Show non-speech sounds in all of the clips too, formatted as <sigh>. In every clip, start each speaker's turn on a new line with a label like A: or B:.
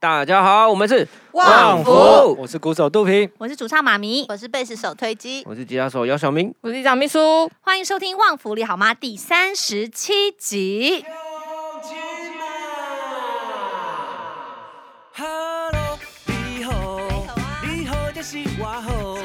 A: 大家好，我们是
B: 旺福
A: 我是鼓手杜平，
C: 我是主唱妈咪，
B: 我是贝斯手推机，
A: 我是吉他手姚晓明。
D: 我是长秘书，
C: 欢迎收听《旺福里好吗》第三十七集。
E: 哈喽，你好，
B: 啊
E: 你好就是我好，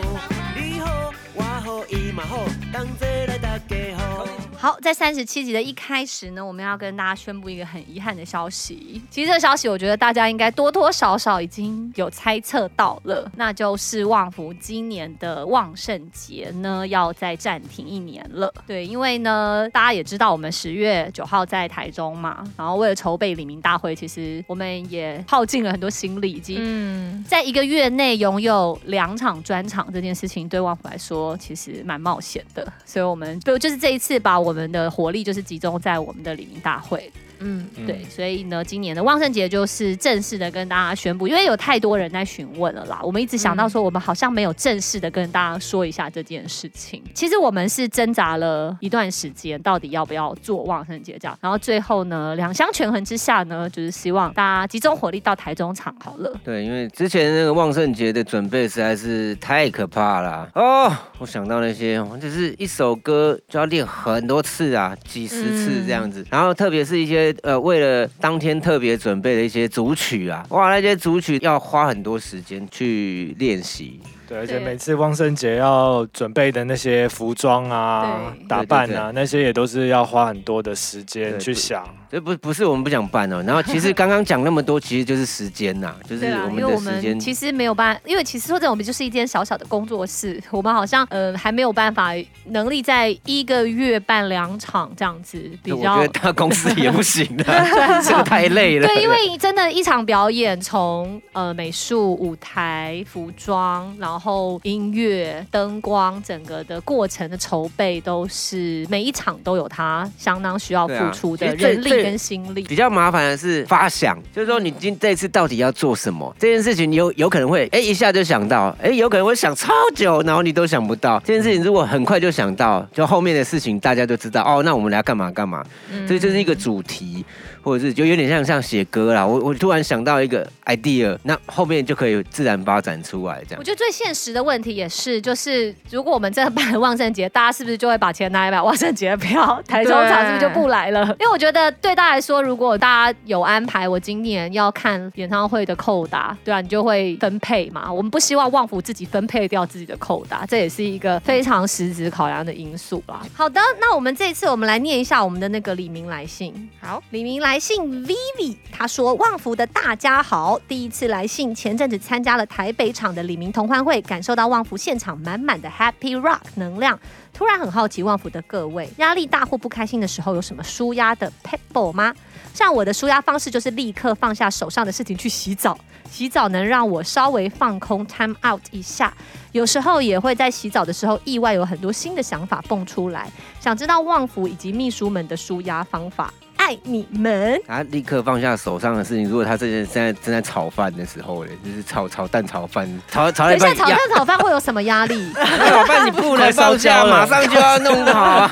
E: 你好我好伊嘛好，同齐来大家好。
C: 好，在三十七集的一开始呢，我们要跟大家宣布一个很遗憾的消息。其实这个消息，我觉得大家应该多多少少已经有猜测到了，那就是旺福今年的旺盛节呢要再暂停一年了。对，因为呢，大家也知道我们十月九号在台中嘛，然后为了筹备李明大会，其实我们也耗尽了很多心力以及
D: 嗯，
C: 在一个月内拥有两场专场这件事情，对旺福来说其实蛮冒险的，所以我们对就是这一次把我们的活力就是集中在我们的李明大会，
D: 嗯，
C: 对，所以呢，今年的万圣节就是正式的跟大家宣布，因为有太多人在询问了啦。我们一直想到说，我们好像没有正式的跟大家说一下这件事情。其实我们是挣扎了一段时间，到底要不要做万圣节这样。然后最后呢，两相权衡之下呢，就是希望大家集中火力到台中场好了。
A: 对，因为之前那个万圣节的准备实在是太可怕了啊哦！我想到那些，我就是一首歌就要练很多次啊，几十次这
C: 嗯
A: 样子。然后特别是一些呃，为了当天特别准备的一些组曲啊，哇，那些组曲要花很多时间去练习。
F: 对，而且每次万圣节要准备的那些服装啊
C: 对、
F: 打扮啊，那些也都是要花很多的时间
A: 对
F: 去想。
A: 这不不是我们不想办哦。然后其实刚刚讲那么多，其实就是时间呐、就是
C: 对啊
A: 我，
C: 因
A: 们
C: 为我
A: 的时间
C: 们。其实没有办，因为其实说真的，我们就是一间小小的工作室， <laughs> 我们好像呃还没有办法能力在一个月办两场这样子，比
A: 对我
C: 较
A: 觉得大公司也不行的，
C: <laughs>
A: <laughs> 这个太累了。
C: 对，因为真的，一场表演从呃美术、舞台、服装，然后音乐、灯光，整个的过程的筹备，都是每一场都有它相当需要
A: 对啊
C: 付出的
A: 其实最
C: 人力
A: 最
C: 跟心力。
A: 比较麻烦的是发想，就是说你今这次到底要做什么这件事情有，有可能会哎、一下就想到，哎、有可能会想超久，然后你都想不到这件事情。如果很快就想到，就后面的事情大家就知道哦，那我们来干嘛干嘛，
C: 嗯
A: 所以这就是一个主题，或者是就有点像像写歌啦。我我突然想到一个 idea，那后面就可以自然发展出来这样
C: 我。觉得最现实的问题也是，就是如果我们真的办了万圣节，大家是不是就会把钱拿来买万圣节的票？台中场是不是就不来了？因为我觉得对大家来说，如果大家有安排，我今年要看演唱会的扣打，对啊，你就会分配嘛。我们不希望旺福自己分配掉自己的扣打，这也是一个非常实质考量的因素啦。好的，那我们这一次我们来念一下我们的那个李明来信。
D: 好，
C: 李明来信 Vivi，他说：“旺福的大家好，第一次来信，前阵子参加了台北场的李明同欢会，感受到旺福现场满满的 Happy Rock 能量。突然很好奇旺福的各位，压力大或不开心的时候有什么舒压的 pebble 吗？像我的舒压方式就是立刻放下手上的事情去洗澡，洗澡能让我稍微放空 time out 一下。有时候也会在洗澡的时候意外有很多新的想法蹦出来，想知道旺福以及秘书们的舒压方法。”爱你们。
A: 他立刻放下手上的事情。如果他这件现在正在炒饭的时候嘞，就是炒炒蛋炒饭，炒炒
C: 等
A: 一
C: 一下，
A: 半
C: 炒蛋炒饭会有什么压
A: <laughs>
C: 力？哦
A: 老伴，你不能放假，马上就要弄好啊！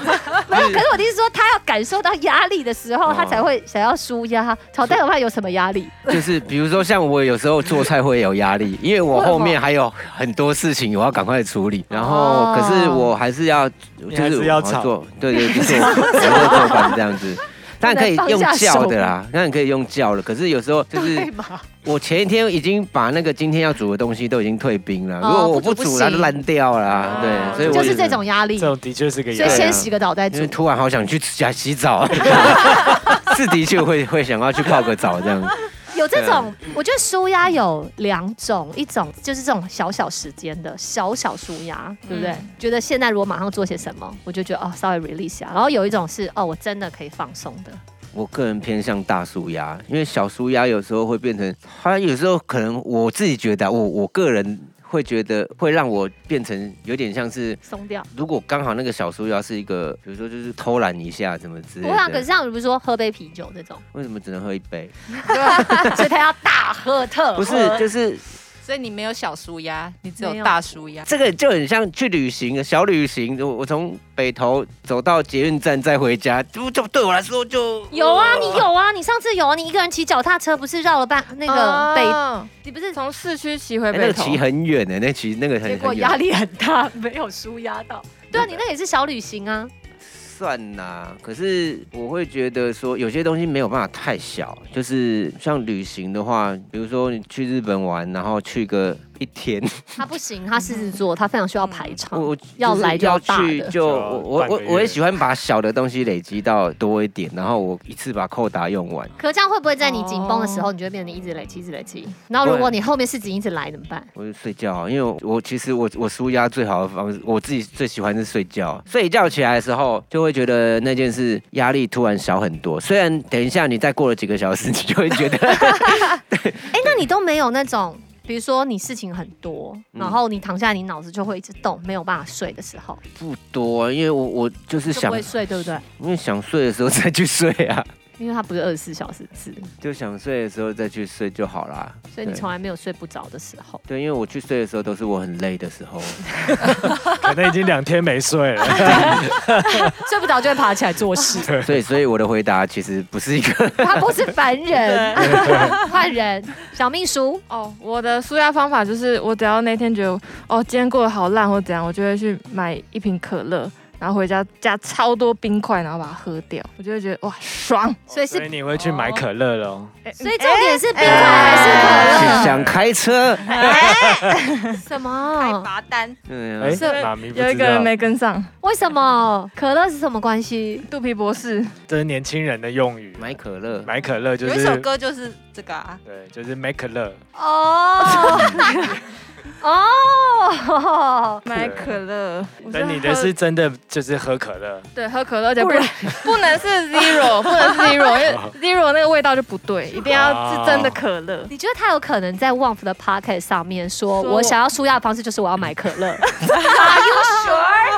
C: 没有，可是我的意思说，他要感受到压力的时候，
A: 哦
C: 他才会想要舒压。炒蛋炒饭有什么压力？ <laughs>
A: 就是比如说，像我有时候做菜会有压力，因为我后面还有很多事情我要赶快处理，然后
C: 哦
A: 可是我还是要，就
F: 还是
A: 我
F: 要炒
A: 做，对
C: <laughs>
A: 对，就是我我要做饭这样子。但可以用叫的啦，当然可以用叫了。可是有时候就是
C: 嘛？
A: 我前一天已经把那个今天要煮的东西都已经退冰了，
C: 哦
A: 如果我不
C: 不煮
A: 煮
C: 不
A: 它
C: 行
A: 就烂掉啦。
D: 哦
A: 对，所以我
C: 就
A: 有
C: 是
A: 时候
C: 这种压力，
F: 这
C: 所
F: 种的确是个压
C: 以
F: 力。啊
C: 先洗个澡再
A: 啊因
C: 煮
A: 为。突然好想去洗洗
C: <laughs>
A: 澡，是的确会会想要去泡个澡这样。
C: 有
A: 啊
C: 这种，我觉得舒压有两种，一种就是这种小小时间的小小舒压，对不对？
D: 嗯
C: 觉得现在如果马上做些什么，我就觉得哦，稍微 release 一下。然后有一种是哦，我真的可以放松的。
A: 我个人偏向大舒压，因为小舒压有时候会变成，它有时候可能我自己觉得啊，我我个人会觉得会让我变成有点像是。
C: 松掉，
A: 如果刚好那个小舒压是一个，比如说就是偷懒一下什么之类
C: 我啊想，可
A: 的
C: 是，像比如说喝杯啤酒这种， <laughs>
A: 为什么只能喝一杯？
C: 呃所以他要大喝特喝
A: 不是，就是
D: 所以你没有小舒压，你只
C: 没有
D: 有大舒压。
A: 这个就很像去旅行，小旅行。我我从北投走到捷运站再回家，就就对我来说就
C: <laughs> 有啊，你有啊，你上次有啊，你一个人骑脚踏车不是绕了半那个北，
D: 哦
C: 你不是
D: 从市区骑回
A: 哎那
D: 北
A: 个
D: 投，
A: 骑很远的、那骑那个很
C: 结果
A: 很
C: 压
A: 远。
C: 力很大，没有舒压到。对啊，你那个也是小旅行啊。
A: 算啦、可是我会觉得说有些东西没有办法太小，就是像旅行的话，比如说你去日本玩，然后去个一
C: <laughs>
A: 天，
C: 他不行，他狮子座，他非常需要排场。
A: 我
C: 要
A: 就是
C: 来就要
A: 要
C: 大
A: 去
C: 的
A: 就
F: 就
A: 我我
F: 半
A: 我
F: 个月
A: 我也喜欢把小的东西累积到多一点，然后我一次把扣打用完，
C: 可这样会不会在你紧绷的时候，你就会变得一直累积，一直累积？然后如果你后面事情一直来怎么办？
A: 我就睡觉啊，因为我我其实我我舒压最好的方式，我自己最喜欢是睡觉。啊睡觉起来的时候，就会觉得那件事压力突然小很多。虽然等一下你再过了几个小时，你就会觉得
C: 哎，那你都没有那种，比如说你事情很多，然后你躺下来，你脑子就会一直动，没有办法睡的时候，
A: 不多，因为我我就是
C: 就不
A: 想，
C: 会睡，对不对？
A: 因为想睡的时候再去睡啊， <laughs>
C: 因为它不是二十四小时制，
A: 就想睡的时候再去睡就好啦。
C: 所以你
A: 对
C: 从来没有睡不着的时候。
A: 对，因为我去睡的时候都是我很累的时
F: <laughs>
A: 候。
F: 可能已经两天没睡了。
C: <laughs> 睡不着就会爬起来做事，
A: 所以，所以我的回答其实不是一个
C: <laughs> 他不是凡人，换人，小秘书，
D: <laughs> 哦，我的舒压方法就是，我只要那天觉得哦今天过得好烂或怎样，我就会去买一瓶可乐，然后回家加超多冰块，然后把它喝掉，我就会觉得哇爽。
C: 所以
F: 所以
C: 是，
F: 你会去买可乐喽？
C: 所以重点是冰块还是
A: 想开车。
C: 可乐？什
B: 开
C: 么？
B: 罚单，
A: 嗯，
F: 哎
D: 是，
F: 妈咪不
D: 有一
F: 知
D: 个人
F: 道，
D: 没跟上，
C: 为什么可乐是什么关系？
D: 肚皮博士，
F: 这是年轻人的用语。
A: 买可乐，
F: 买可乐就
B: 有一
F: 是
B: 首歌就是这个啊，
F: 对，就是买可乐。
C: 哦哦，
D: 买可乐。我
F: 但
D: 喝
F: 你的是真的就是喝可乐，
D: 对喝可乐就不能 <laughs> 不能是 <laughs> zero，不能是 zero，因为 zero 那个味道就不对，一定要是真的可乐。
C: 你觉得他有可能在 w a n f 的 Pocket 上面说，
D: 说
C: 我想要舒压的方式就是我要买可乐？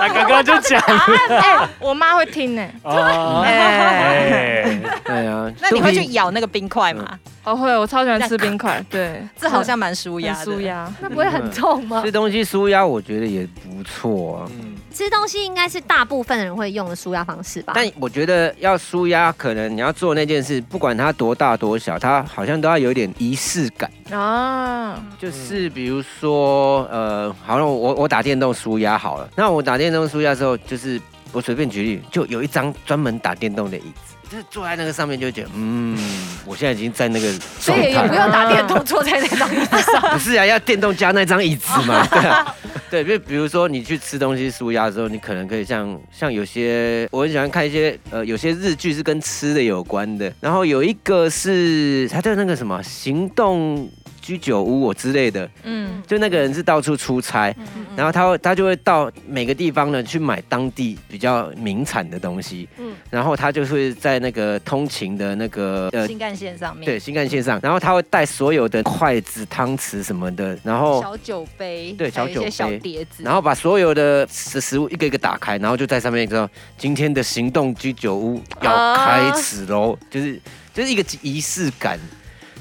F: 他刚刚就讲了。
D: <laughs> 哎，我妈会听呢。
F: 哦，
D: <laughs> 哎，
F: 哎，
A: 对啊，
B: 那你会
A: 肚
B: 去
A: 皮
B: 咬那个冰块吗？
D: 哦会，我超喜欢吃冰 <laughs> 块，对，
B: 这好像蛮舒
D: 很
B: 压的。
D: 舒压。
C: <laughs> 那不会很痛吗
A: 吃？东西舒压，我觉得也不错啊。
F: 嗯，
C: 吃东西应该是大部分人会用的舒压方式吧？
A: 但我觉得要舒压，可能你要做那件事，不管它多大多小，它好像都要有点仪式感。
D: 啊，
C: 嗯
A: 就是比如说，呃，好像我我打电动舒压好了，那我打电动舒压的时候，就是我随便举例，就有一张专门打电动的椅子，就是坐在那个上面就会觉得，嗯，我现在已经在那个
C: 所
A: 状
C: 以也
A: 态
C: 不
A: 了，
C: 用打电动坐在那张椅子上。
A: <laughs> 不是啊，要电动加那张椅子嘛，对啊，对，就比如说你去吃东西舒压的时候，你可能可以像像有些我很喜欢看一些呃有些日剧是跟吃的有关的，然后有一个是它叫那个什么行动居酒屋我之类的，
D: 嗯，
A: 就那个人是到处出差，然后他会他就会到每个地方呢去买当地比较名产的东西，
C: 嗯
A: 然后他就会在那个通勤的那个呃
B: 新干线上面，
A: 对新干线上，然后他会带所有的筷子、汤匙什么的，然
D: 哦
A: 后
B: 小酒杯，
A: 对
B: 还有一些
A: 小酒
B: 小
A: 杯
B: 碟子，
A: 然后把所有的食食物一个一个打开，然后就在上面说今天的行动居酒屋要开始喽，就是就是一个仪式感。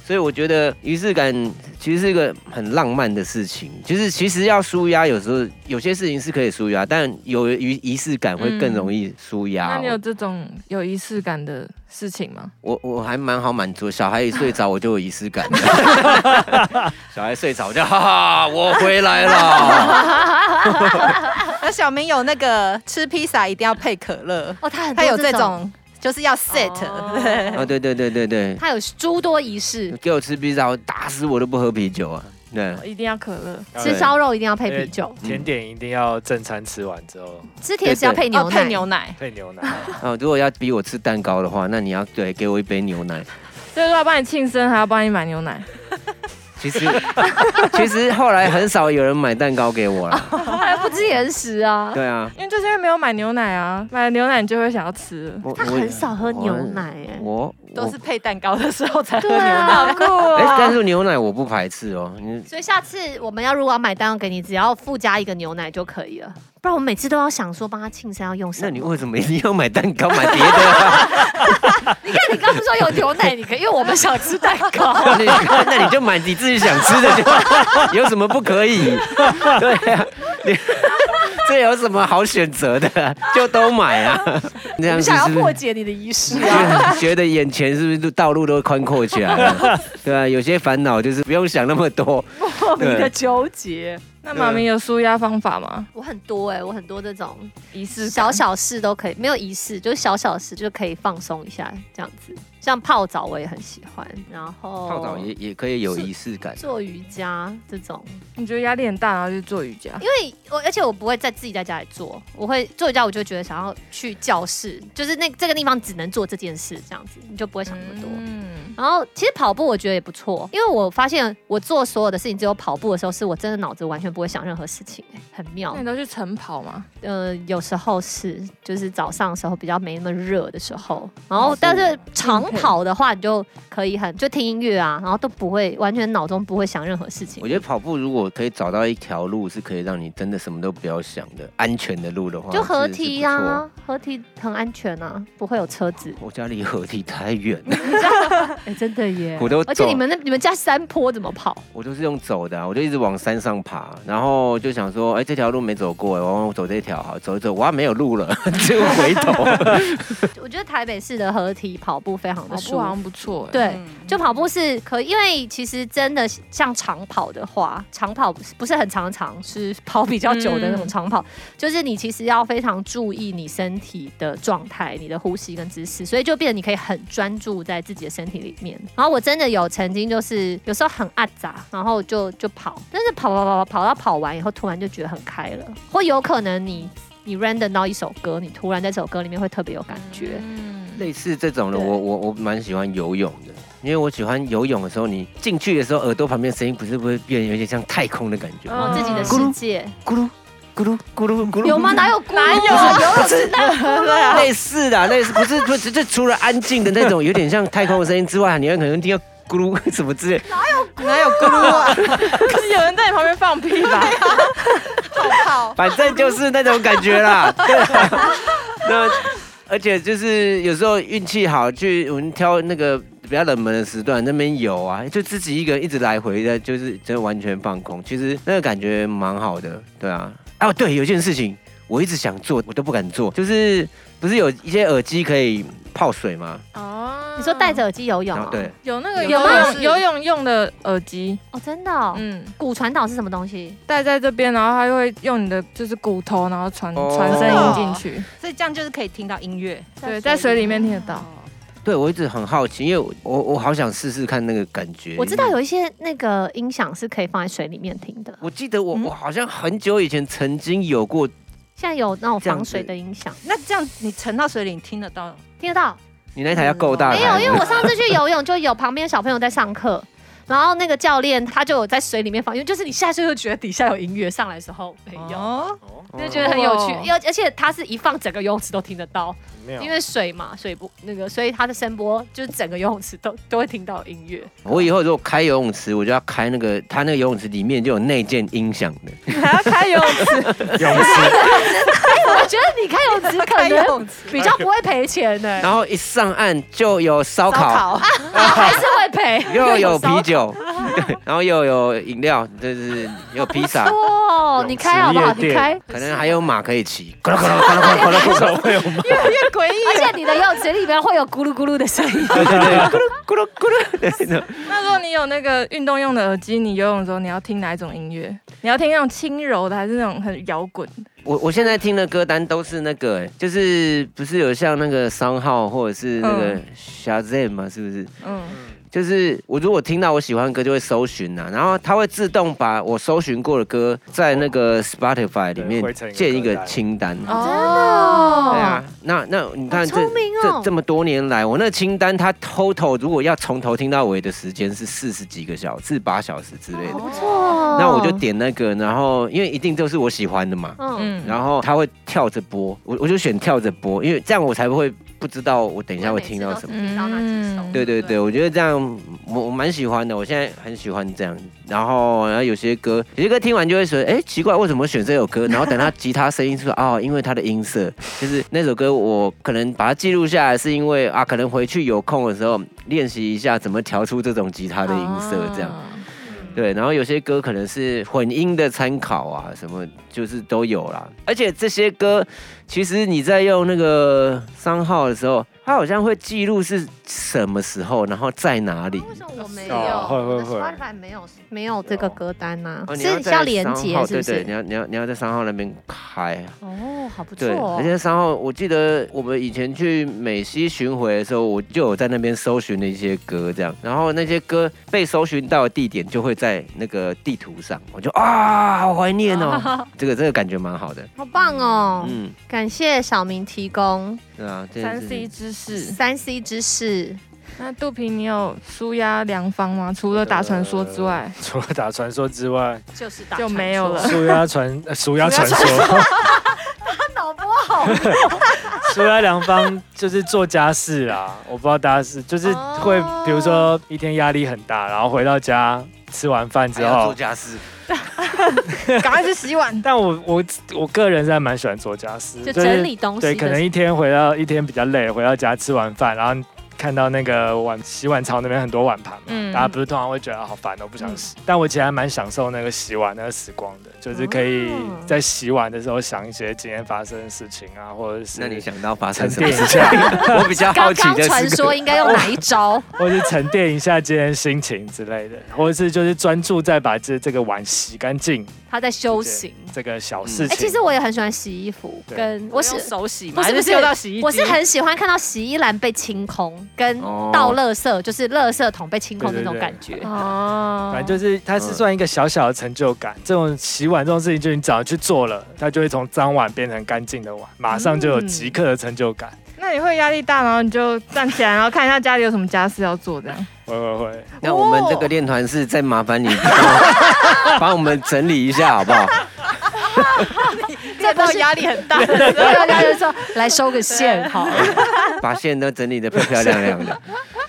A: 所以我觉得仪式感其实是一个很浪漫的事情，就是其实要舒压，有时候有些事情是可以舒压，但有于仪式感会更容易舒压、
D: 那
A: 哦
D: 你有这种有仪式感的事情吗？
A: 我我还蛮好满足，小孩一睡着我就有仪式感。小孩睡着我就哈哈，我回来了。
B: 那小明有那个吃披萨一定要配可乐，
C: <laughs> 哦，他很多
B: 他有这，种就是要 set，
D: 哦
B: 对
A: 啊，对对对对对，
C: 他有诸多仪式，
A: 给我吃披萨，我打死我都不喝啤酒啊。对。
D: 一定要可乐。
C: 吃烧肉一定要配啤酒，
F: 甜点一定要正餐吃完之后
C: 吃甜食要配牛
B: 哦
C: 奶。
B: 配牛奶，
F: 配牛奶。
A: 哦，如果要逼我吃蛋糕的话，那你要对给我一杯牛奶。
D: 所以说要帮你庆生，还要帮你买牛奶，
A: 其实其实后来很少有人买蛋糕给我了，
D: 后来
C: 不
D: 不
C: 吃甜食啊。
A: 对啊，
D: 因为就是因为没有买牛奶啊，买了牛奶你就会想要吃了。
A: 我
C: 他很少喝牛奶哎、
A: 我我
B: 都是配蛋糕的时候才喝
C: 对
B: 牛奶。
C: 啊，
D: 哦
A: 哎，但是牛奶我不排斥哦。你
C: 所以下次我们要如果要买蛋糕给你，只要附加一个牛奶就可以了。不然我每次都要想说帮他庆生要用什么。
A: 那你为什么一定要买蛋糕买别的啊？
C: <laughs> 你看你刚不说有牛奶，你可以，因为我们想吃蛋
A: <laughs>
C: <laughs> 糕。
A: 你哦那你就买你自己想吃的就好，有什么不可
B: <laughs>
A: 以？对啊，你这有什么好选择的？就都买
B: <laughs>
A: 啊！这样
B: 我
A: 子
B: 想要
A: 是不
B: 破
A: 是？
B: 解你的仪式啊！
A: 觉觉得眼前是不是都道路都宽阔起来
B: <laughs>
A: 了？对啊，有些烦恼就是不用想那么多。
B: 莫名的纠结，
D: 那妈咪有舒压方法吗？
C: 我很多哎、我很多这种
D: 仪式
C: 小
D: 感
C: 小事都可以，没有仪式，就是小小事就可以放松一下这样子。像泡澡我也很喜欢，然后
A: 泡哦澡也也可以有仪式感。
C: 做瑜伽这种，
D: 你觉得压力很大，然后去做瑜伽
C: 因？为我而且我不会在自己在家里做，我会做瑜伽，我就觉得想要去教室，就是那这个地方只能做这件事这样子，你就不会想那么多。
D: 嗯，
C: 然后其实跑步我觉得也不错，因为我发现我做所有的事情，只有跑步的时候是我真的脑子完全不会想任何事情、欸，很妙
A: 嗯
D: 那。你都去晨跑吗？
C: 呃，有时候是就是早上的时候比较没那么热的时候，然后
A: 哦
C: 但
A: 是嗯
C: 是长跑的话，你就可以很就听音乐啊，然后都不会完全脑中不会想任何事情
A: 我。觉得跑步如果可以找到一条路是可以让你真的什么都不要想的安全的路的话，
C: 就合
A: 是
C: 体。
A: 是不
C: 啊
A: 错，
C: 合体很安全啊，不会有车子。
A: 我家离合体太远了，
C: 哎、真的耶！
A: 我都
C: 而且
A: 走
C: 你们那你们家山坡怎么跑？ <laughs>
A: 我就是用走的、啊，我就一直往山上爬，然后就想说，哎、这条路没走过，我走这条好，走一走，哇，没有路了， <laughs> 就回头。
C: 我觉得台北市的合体跑步非常
D: 跑
C: 的
D: 步
C: 舒
D: 好
C: 服。
D: 像不错哎。
C: 对，就跑步是可以，因为其实真的像长跑的话，长跑不是不是很长长，是跑比较久的那种
D: 嗯
C: 长跑，就是你其实要非常注意你身体的状态、你的呼吸跟姿势，所以就变得你可以很专注在自己的身体里面。然后我真的有曾经就是有时候很阿杂，然后就就跑，但是跑跑跑跑跑到跑完以后，突然就觉得很开了，或有可能你。你 random 到一首歌，你突然在这首歌里面会特别有感觉，
D: 嗯，
A: <laughs> 类似这种的，
C: 对
A: 我我我蛮喜欢游泳的，因为我喜欢游泳的时候，你进去的时候，耳朵旁边的声音不是会变有点像太空的感觉吗？
B: 哦
D: 嗯
C: 自己的
A: 咕
C: 世
A: 噜
C: 界
A: 咕噜咕噜咕噜咕噜，
C: 有吗？哪有啊哪有
A: <laughs> 类似的啊，类似不是不是，就除了安静的那种，有点像太空的声音之外，你很可能听到咕噜什么之类。
B: 哪有咕噜啊？
D: 有人在你旁边放屁吧？
B: 好，
A: 反正就是那种感觉啦。 <laughs> 对啊，那而且就是有时候运气好，去我们挑那个比较冷门的时段，那边有啊，就自己一个人一直来回的，就是真的完全放空。其实那个感觉蛮好的，对啊。哦，对，有件事情我一直想做，我都不敢做，就是不是有一些耳机可以泡水吗？
D: 哦，
C: 你说戴着耳机游泳、啊？
A: 对，
D: 有那个
C: 有
D: 游
C: 吗
D: 泳游泳用的耳机，
C: 哦，真的、哦。
D: 嗯，
C: 骨传导是什么东西？
D: 戴在这边，然后它就会用你的就是骨头，然后传
A: 哦
D: 传声音进去。
B: 所以这样就是可以听到音乐。
D: 对，在水里面听得到。
A: 对我一直很好奇，因为我我我好想试试看那个感觉。
C: 我知道有一些那个音响是可以放在水里面听的，
A: 我记得
C: 嗯
A: 我、我好像很久以前曾经有过，
C: 现在有那种
A: 这样
C: 防水
A: 子
C: 的音响，
B: 那这样你沉到水里，你听得到？
C: 听得到？
A: 你那台要够大台
C: 嗯没
A: 是不
C: 有，
A: 是，
C: 因为我上次去游泳就有旁边小朋友在上课，然后那个教练他就有在水里面放，因为就是你下去就觉得底下有音乐，上来的时候没有，
B: 有，
C: 就觉得很有趣
D: 哦，
C: 而而且他是一放整个游泳池都听得到，
F: 妙
C: 因为水嘛，水波那个，所以他的声波就是整个游泳池都都会听到音乐。
A: 我以后如果开游泳池，我就要开那个，它那个游泳池里面就有内建音响的，
D: 还要开游泳池，
F: 泳池
C: 哎我觉得你开游泳池 <laughs> 可
B: 开游
C: 能
B: 泳池
C: 比较不会赔钱呢、
A: 然后一上岸就有烧
B: 烧
A: 烤，
B: <laughs> 烤，
C: 还是会赔。
A: 又有啤
C: <laughs>
A: 酒，对，然后又有饮料，就是有披
C: <laughs>
A: 萨，
C: 哦，你开好不好？
F: 泳池夜
C: 你 <laughs> 开。
A: 可能还有马可以骑，咕噜咕噜咕噜咕噜咕噜咕噜，
F: 会有吗？
C: 而
B: 诡异。
C: 且你的游泳池里面会有咕噜咕噜的
A: <laughs>
C: 声音，
A: 对对对，咕噜咕噜咕噜对，那种
D: 那如果你有那个运动用的耳机，你游泳的时候你要听哪一种音乐？你要听那种轻柔的，还是那种很摇滚的？
A: 我我现在听的歌单都是那个、哎
C: 嗯
A: 就是不是有像那个商号或者是那个 Shazam 吗？是不是？
D: 嗯，
A: 就是我如果听到我喜欢的歌就会搜寻呐、然后它会自动把我搜寻过的歌在那个 Spotify 里面
F: 汇成一个
A: 建一个
F: 歌单
A: 清单。
D: 哦
A: 对啊，那那你看这
C: 哦好聪明哦
A: 这这么多年来，我那清单它 total 如果要从头听到尾的时间是四十几个小时、四八小时之类的，
C: 不错。哦
A: 那我就点那个，然后因为一定都是我喜欢的嘛，
C: 嗯，
D: 嗯，
A: 然后它会跳着播，我我就选跳着播，因为这样我才不会不知道我等一下会听到什么。
C: 听到那几首
D: 嗯
A: 对对对，我觉得这样我我蛮喜欢的，我现在很喜欢这样。然后然后有些歌，有些歌听完就会说，哎，奇怪，为什么选这首歌？然后等他吉他声音出来，哦，因为它的音色，就是那首歌我可能把它记录下来，是因为啊，可能回去有空的时候练习一下怎么调出这种吉他的音色，这样。
D: 哦
A: 对，然后有些歌可能是混音的参考啊，什么就是都有啦。而且这些歌，其实你在用那个商号的时候，它好像会记录是什么时候，然后在哪里。
C: 为什么我没
F: 哦
C: 有？
F: 会会会
C: 我的 Spotify 没有没有这个歌单呐
A: 哦，你
C: 是
A: 在
C: 要连接
A: 商号
C: 是不
A: 对对，
C: 是
A: 你？要你要你要在商号那边开。
C: 哦，好不错
A: 对，
C: 哦
A: 而。且商号，我记得我们以前去美西巡回的时候，我就有在那边搜寻了一些歌，这样，然后那些歌被搜寻到的地点就会在那个地图上，我就啊，好怀念 <laughs> 哦，这个这个感觉蛮好的。
C: 好棒哦！
A: 嗯，
C: 感谢小明提供
A: 对啊，这
D: 三
A: 件
D: C
A: 事
D: 知识。
C: 三 C 知识，
D: 那肚皮，你有舒压良方吗？除了打传说之外，
F: <laughs> 除了打传说
A: <laughs>
F: 之外，
C: 就是打
D: 就
C: <laughs>
D: 没有了
F: 鼠鸦传呃鼠鸦传 <laughs> 说，
C: 脑波好，
F: 鼠鸦良方就是做家事啦。我不知道大家是就是会
C: 哦，
F: 比如说一天压力很大，然后回到家吃完饭
A: 还
F: 之
A: 要做
F: 后，
A: 家事，
D: 赶快去洗碗。
F: 但我我我个人是还蛮喜欢做家事，
C: <laughs> 就是整理东西的
F: 对，
C: 时候。
F: 可能一天回到一天比较累，回到家吃完饭，然后看到那个碗洗碗槽那边很多碗盘嘛，
D: 嗯
F: 大家不是通常会觉得好烦哦，不
C: 嗯
F: 想洗。但我其实还蛮享受那个洗碗那个时光的，就是可以
C: 哦
F: 在洗碗的时候想一些今天发生的事情啊，或者是
A: 那你想到发生什
F: 沉
A: 么
F: 淀
A: 事
F: 一
A: <laughs> 情？
F: 下，
A: 我比
C: <laughs>
A: 较好
C: 刚
A: 奇
C: 刚
A: 的
C: 传
A: 是
C: 说应该用哪一
F: <laughs>
C: 招？
F: 或是沉淀一下今天心情之类的，或者是就是专注在把这这个碗洗干净
C: 他在修行。
F: 这个小
A: 嗯
F: 事
C: 哎、
F: 情。
C: 其实我也很喜欢洗衣服，
F: 对
C: 跟我
B: 我
C: 是
B: 是手洗
C: 不
B: 吗？
C: 是
B: 还
C: 不
B: 是
C: 是
B: 丢到洗衣机？
C: 我是
B: <laughs>
C: 很喜欢看到洗衣篮被清空，跟
A: 哦
C: 倒垃圾，就是垃圾桶被清空的
F: 对
C: 那
F: 对
C: 种
F: 对
C: 感觉。
F: <laughs>
D: 哦，
F: 反正就是它是算一个小小的成就感。这种洗碗这种事情，就是你只要去做了，它就会从脏碗变成干净的碗，马上就有即刻的成就感。
D: 那你会压力大，然后你就站起来，然后看一下家里有什么家事要做，这样。
F: 会会会，
A: 那我们这个练团是再麻烦你帮我 <laughs> 们整理一下好不好？
B: 练到压力很大，
C: 大家就说来收个线好。
A: 把线都整理的漂漂亮亮的。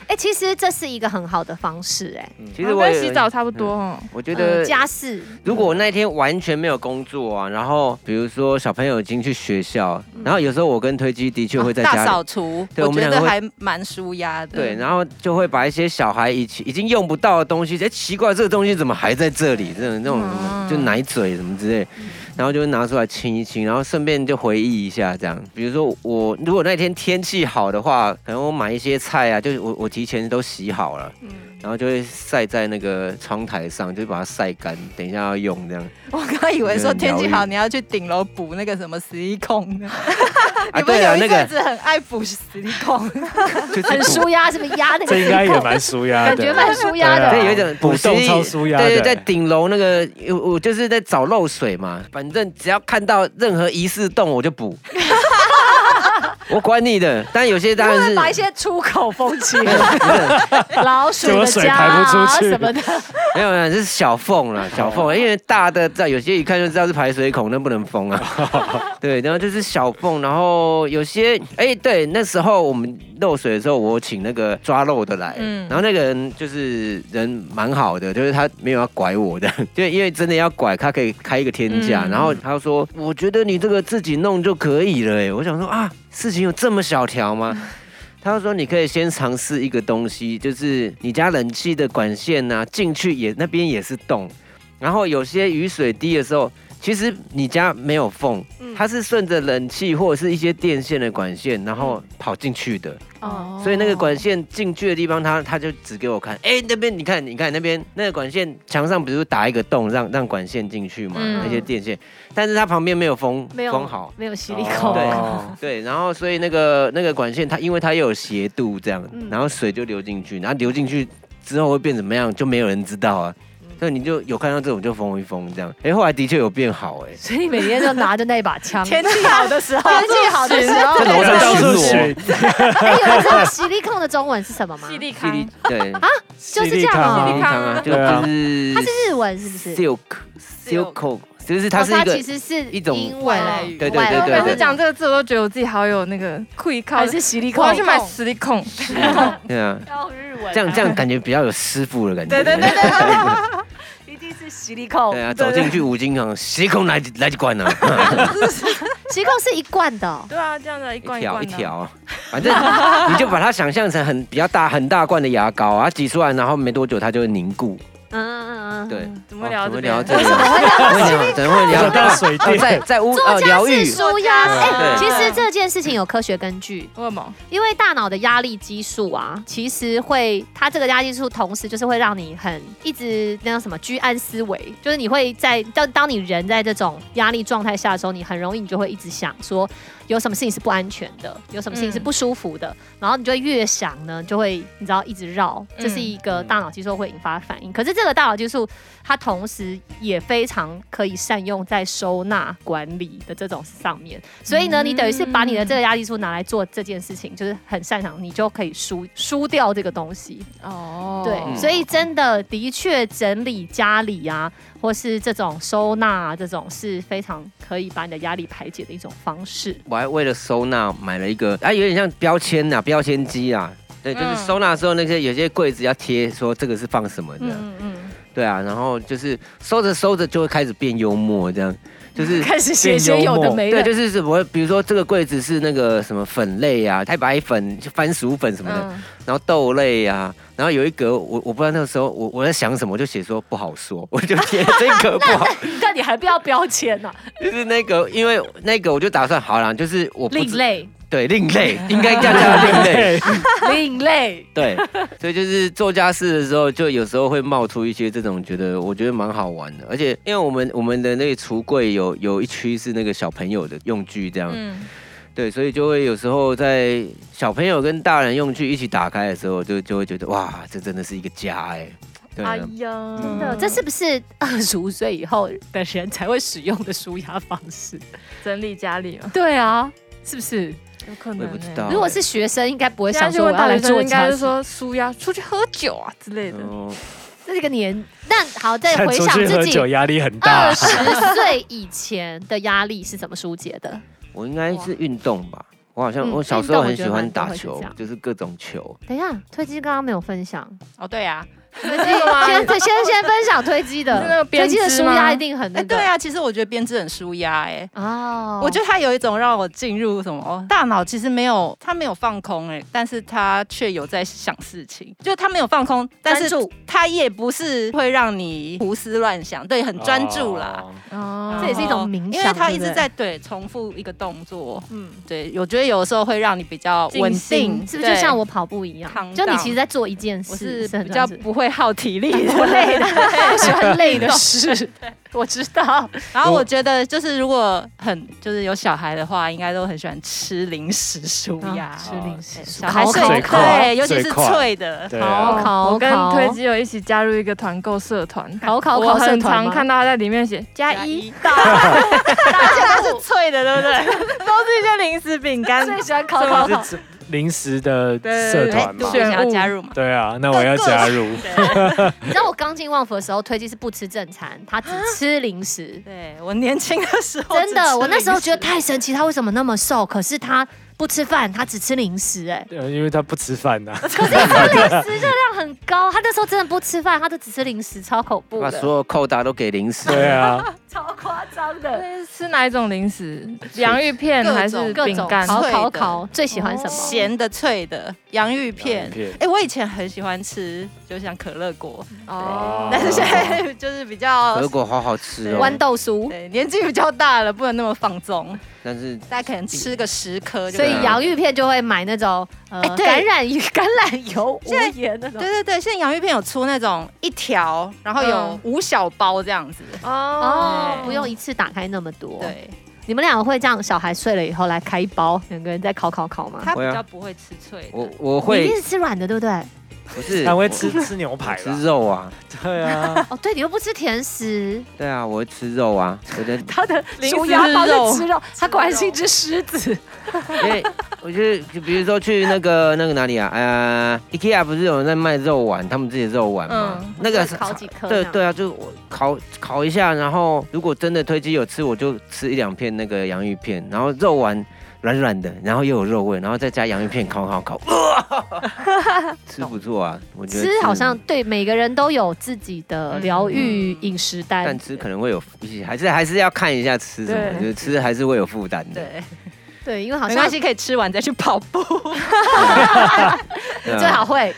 C: 哎、其实这是一个很好的方式、哎、
A: 其实
D: 哦
A: 我
D: 跟
A: 也
D: 洗澡差不多哦。
A: 我觉
C: 呃
A: 得
C: 家事
A: 如果我那天完全没有工作啊，然后比如说小朋友已经去学校，然后有时候我跟推机的确会在
B: 啊大
A: 家
B: 嗯扫
A: 里。
B: 除，
A: 对
B: 我
A: 我们
B: 觉
A: 两个
B: 得
A: 会
B: 还蛮舒压的。
A: 对，然后就会把一些小孩已已经用不到的东西，哎，奇怪，这个东西怎么还在这里？这种那种什
B: 啊
A: 么，就奶嘴什么之类，
B: 嗯
A: 然后就拿出来亲一亲，然后顺便就回忆一下这样。比如说我如果那天天气好的话，可能我买一些菜啊，就是我我提前都洗好了，
B: 嗯
A: 然后就会晒在那个窗台上，就把它晒干，等一下要用这样。
B: <laughs> 我刚以为说天气
A: 疗
B: 好，
A: 愈
B: 你要去顶楼补那个什么十一控，
A: 啊
B: 你们
A: 对啊
B: 有
A: 那
B: 一
A: 个
B: 阵子很爱补十一
A: <laughs>
B: 控，
A: 就是
C: 很
A: 补
C: 舒压，是不是压那个
F: 这应该
C: 气
F: 也
C: 孔
F: 蛮舒压
C: 感
F: 的，
C: 觉蛮舒压的。
F: 对啊
A: 对，有一种
F: 补
A: 习
F: 洞超舒压的
A: 对对，在顶楼那个，我我就是在找漏水嘛，反正只要看到任何疑似洞，我就
F: <laughs>
A: 补。我管你的，但有些当然
C: 会
A: 是
C: 把一些出口封
F: <laughs>
C: 起来，
A: <laughs>
C: 老鼠
F: 结
C: 的
F: 果水
C: 家
F: 排不
C: 啊
F: 出去
C: 什么的，
A: 没有没有，这是小缝啦，小缝，因为大的在有些一看就知道是排水孔，那不能封啊。 <laughs> 对，然后就是小缝，然后有些哎、对，那时候我们漏水的时候，我请那个抓漏的来，
D: 嗯
A: 然后那个人就是人蛮好的，就是他没有要拐我的， <laughs> 就因为真的要拐，他可以开一个天价，
D: 嗯
A: 然后他说我觉得你这个自己弄就可以了，哎，我想说啊，事情有这么小条吗？
D: 嗯
A: 他就说：“你可以先尝试一个东西，就是你家冷气的管线呐、进去也那边也是洞，然后有些雨水滴的时候，其实你家没有缝，它是顺着冷气或者是一些电线的管线，然后跑进去的。
D: 哦
A: 所以那个管线进去的地方，他他就指给我看，哎、那边你看，你看那边那个管线墙上不是打一个洞，让让管线进去嘛，
D: 嗯
A: 那些电线，但是它旁边没有封
C: 没有
A: 封好。”
C: 没有吸力口。
F: 哦，
A: 对，然后所以那个那个管线它，因为它又有斜度这样，然后水就流进去，然后流进去之后会变怎么样，就没有人知道啊。所以你就有看到这种就封一封这样，哎、后来的确有变好哎、
C: 所以每天就拿着那一把枪，
B: 天气好的时候，
C: 天气好的时候，
A: 这楼
F: 我
A: 上
F: 在
A: 告诉
F: 巡
A: 我
F: 逻，
C: 哎，有人知道犀利控的中文是什么吗？
D: 犀
A: 犀
D: 利康，
A: 利对，
C: 就是这样哦
A: 康
D: 利
A: 康
D: 康
A: 啊
D: 啊，
A: 就就是
C: 它是日文是不是？
A: silk silk，就是它
C: 哦
A: 是一个
C: 其实是
A: 一种
C: 英
D: 外
C: 文哦
D: 来
A: 语对对对
D: 哎我
A: 对
D: 每
A: 对
D: 次讲这个字，我都觉得我自己好有那个愧靠，
B: 还是犀利
D: 我
B: 控，
D: 要去买实力控。
A: 对啊，
B: 到日文啊，
A: 这样这样感觉比较有师傅的感觉。
B: 对对对对
A: <laughs>
B: 对，对一定是犀利控，
A: 对啊，走进去五金行，斜空来几来几罐啊，
C: 西贡是一罐的哦，
D: 对啊，这样的一
A: 一
D: 罐
A: 条
D: 罐
A: 一
D: 的。
A: 条，反正你就把它想象成很比较大很大罐的牙膏啊，挤出来，然后没多久它就会凝固。
C: 嗯嗯嗯嗯，
A: 对，
D: 怎么聊
A: 哦怎么
D: 这边
A: 聊这里？怎么会
F: <laughs>
A: 聊
F: 想
A: 到
F: 到水电
A: 在在屋呃
C: 作哦家
A: 疗
C: 是
A: 愈，
C: 舒压。哎，
A: 对
C: 其实这件事情有科学根据，
D: 为什么？
C: 因为大脑的压力激素啊，其实会它这个压力激素同时就是会让你很一直那叫什么居安思危，就是你会在当当你人在这种压力状态下的时候，你很容易你就会一直想说有什么事情是不安全的，有什么事情是不舒服的，然后你就会越想呢，就会你知道一直绕，
D: 嗯
C: 这是一个大脑激素会引发反应。可是这个大脑激素它同时也非常可以善用在收纳管理的这种上面，所以呢，
D: 嗯
C: 你等于是把你的这个压力素拿来做这件事情，就是很擅长，你就可以输输掉这个东西。
D: 哦，
C: 对，
A: 嗯
C: 所以真的的确整理家里啊，或是这种收纳、啊、这种是非常可以把你的压力排解的一种方式。
A: 我还为了收纳买了一个，啊，有点像标签呐、标签机啊。对，就是
D: 嗯
A: 收纳的时候，那些有些柜子要贴说这个是放什么的，
C: 嗯嗯，
A: 对啊，然后就是收着收着就会开始变幽默，这样
C: <laughs>
A: 就是
B: 开始写一些
F: 变幽
B: 有
F: 默
B: 的没
A: 对，
B: 的，
A: 就是什么，比如说这个柜子是那个什么粉类啊，太白粉、就番薯粉什么的，
D: 嗯，
A: 然后豆类啊，然后有一格我我不知道那个时候我我在想什么，我就写说不好说，我就贴这个不
C: <laughs>
A: 好，
C: 但你还不要标签啊
A: 就
C: 呢、
A: 是那个因为那个我就打算好了，就是我不知
C: 另类，
A: 对另类，应该叫叫另类，
F: 对， <laughs>
B: 另类，
A: 对，所以就是做家事的时候，就有时候会冒出一些这种觉得我觉得蛮好玩的，而且因为我们我们的那个橱柜有有一区是那个小朋友的用具这样，
D: 嗯，
A: 对，所以就会有时候在小朋友跟大人用具一起打开的时候，就就会觉得哇，这真的是一个家哎、对啊，
D: 呀
A: 真
C: 这是不是二十五岁以后的人才会使用的舒压方式？
D: 整理家里吗？
C: 对啊，是不是？
D: 有可
A: 我也
D: 能。
A: 不知
F: 哦
A: 道。
C: 如果是学生，应该不会
D: 现在
C: 想
D: 去
C: 说我要
D: 问大
C: 来
D: 学生，
C: 做
D: 应该
C: 家
D: 是
C: 事。
D: 说舒压，出去喝酒啊之类的。
A: 哦，
C: 这是个年，那好，再
F: 看
C: 回
F: 出
C: 想
F: 去喝
C: 自己
F: 酒压力很大
C: 二，十岁以前的压力是怎么疏解的？
A: 我应该是运动吧。我好像
C: 嗯
A: 我小时候很喜
C: 运动我觉得
A: 欢
C: 蛮多
A: 打
C: 会是
A: 球
C: 这，样
A: 就是各种球。
C: <laughs> 等一下，推机刚刚没有分享，
B: <laughs> 哦对啊，
C: 推机先先先分享推机
D: 你是那
C: 的，
D: 个
C: 推
D: 编
C: 机的
D: 织
C: 舒
D: 吗
C: 压一定很那
B: 哎
C: 个。
B: 对，啊，其实我觉得编织很舒压哎。
C: 哦，
B: 我觉得它有一种让我进入什么哦大脑，其实没有，它没有放空哎、但是它却有在想事情，就是它没有放空，但是
C: 专注
B: 它也不是会让你胡思乱想，对，很专注啦。
F: 哦。
D: 哦
C: 这也是一种冥想
B: 因为它一
C: 对
B: 直
C: 不对
B: 在对重复一个动作，
D: 嗯，
B: 对，我觉得有的时候会让你比较稳定，
C: 是不是就
B: 对
C: 像我跑步一样
B: 扛，
C: 就你
B: 到
C: 其实在做一件
B: 我
C: 事，
B: 是
C: 很
B: 比较
C: 专注
B: 不会耗体
D: <laughs>
B: 力的
C: 累的， <laughs> 我喜欢累的事。我知道，
B: 然后我觉得就是如果很就是有小孩的话，应该都很喜欢吃零食舒压。
C: 吃零食
B: 对，
C: 舒
B: 小
C: 压
B: 孩
C: 啊烤
B: 睡
C: 烤
F: 最快
B: 对，尤其是
F: 最快
B: 脆的，
F: 对
C: 烤
F: 啊，
C: 烤
D: 我跟
C: 烤
D: 推基友一起加入一个团购
C: <laughs>
D: 社团，
C: 烤烤
D: 我
C: 烤社
D: 很
C: 团
D: 常
C: 吗
D: 看到他在里面写加
B: 加
D: 一，
B: 一大，而且它是脆的，对
C: <laughs>
B: 不对？
D: 都是一些零食饼干。
C: 最喜欢烤烤烤。
F: 是临时的
D: 对
F: 社团嘛
B: 我。想要加入嘛？
F: <laughs> 对啊，那我要加入。
C: 你知道我刚进旺福的时候，推荐是不吃正餐，他只吃零 <laughs> 食。
B: 对我年轻的时候，
C: 真的，我那时候觉得太神奇，他为什么那么瘦？可是他不吃饭，他只吃零食、 <laughs> 哎，
F: 呃因为他不吃饭啊呐，
C: 吃热量很高。他那时候真的不吃饭，他就只吃零食，超恐怖
A: 把
C: 的。
A: 所有扣打都给零食。
F: 对啊，
D: 那是吃哪一种零食？洋芋片
B: 各种
D: 还是
C: 各
D: 饼
C: 种
D: 干？
C: 烤
B: 脆
C: 烤
B: 的
C: 烤，最喜欢什么？
B: 咸的、脆的洋芋片
F: 洋芋片。
B: 哎，我以前很喜欢吃，就像可乐果，
D: 哦，
B: 但是现在 <laughs> 就是比较
A: 德国好好吃
C: 豌
A: 哦，
C: 豆酥。
B: 对年纪比较大了，不能那么放纵，
A: 但是
B: 大家可能吃个十颗就
C: 所
B: 可以。
C: 以洋芋片就会买那种呃、
B: 哎对
C: 橄榄橄榄油无盐那种
B: 对。对对，现在洋芋片有出那种一条，然后有
D: 嗯
B: 五小包这样子。
C: 哦
D: 哦，，
C: 不用一次打开那么多。，
B: 对，
C: 你们两个会这样，小孩睡了以后来开一包，两个人再烤烤烤吗？
B: 它比
A: 会啊
B: 较不会吃脆的。
A: 我我
C: 你一
A: 会
C: 定是吃软的，对不对？
A: 不是，
F: 还会
A: 我
F: 吃吃牛排
A: 我 <laughs> 吃
F: 啦。
A: 肉啊，
C: <laughs>
F: 对啊，
C: 哦，对，你又不吃甜食，
A: 对啊，我会吃肉啊，我的
C: 他的
D: 零
C: 鼠
D: 食
C: 牙包
D: 肉
C: 是吃肉，他果然是一只狮子。
A: 因为我觉得，就比如说去那个那个哪里啊，呃，IKEA 不是有在卖肉丸，他们自己的肉丸吗？
B: 嗯
A: 那个
C: 会烤几颗
A: 对
C: 这样
A: 对啊，就我烤烤一下，然后如果真的推机有吃，我就吃一两片那个洋芋片，然后肉丸软软的，然后又有肉味，然后再加洋芋片烤烤烤， <laughs> 哇吃不错啊，我觉得
C: 吃好像对每个人都有自己的疗愈饮食单
A: 但。吃可能会有一些，还是还是要看一下吃什么，
D: 对
A: 就是吃还是会有负担的。
B: 对，
C: 对，因为好
B: 没
C: 像
B: 关系，可以吃完再去跑步，
A: 对啊
C: <laughs> 最好会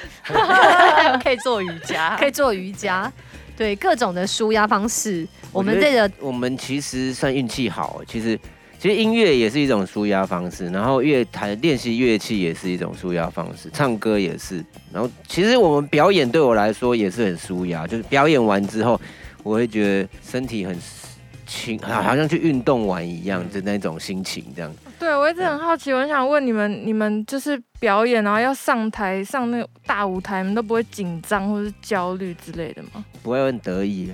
B: 可以做瑜伽，
C: 可以做瑜伽，对各种的舒压方式。我们
A: 觉
C: 这
A: 得
C: 个
A: 我们其实算运气好，其实其实音乐也是一种舒压方式，然后乐坛练习乐器也是一种舒压方式，唱歌也是，然后其实我们表演对我来说也是很舒压，就是表演完之后，我会觉得身体很轻，好好像去运动完一样的那种心情，这样。
D: 对，我一直很好奇，我很想问你们，你们就是表演，然后要上台上那个大舞台，你们都不会紧张或是焦虑之类的吗？
A: 不会很得意，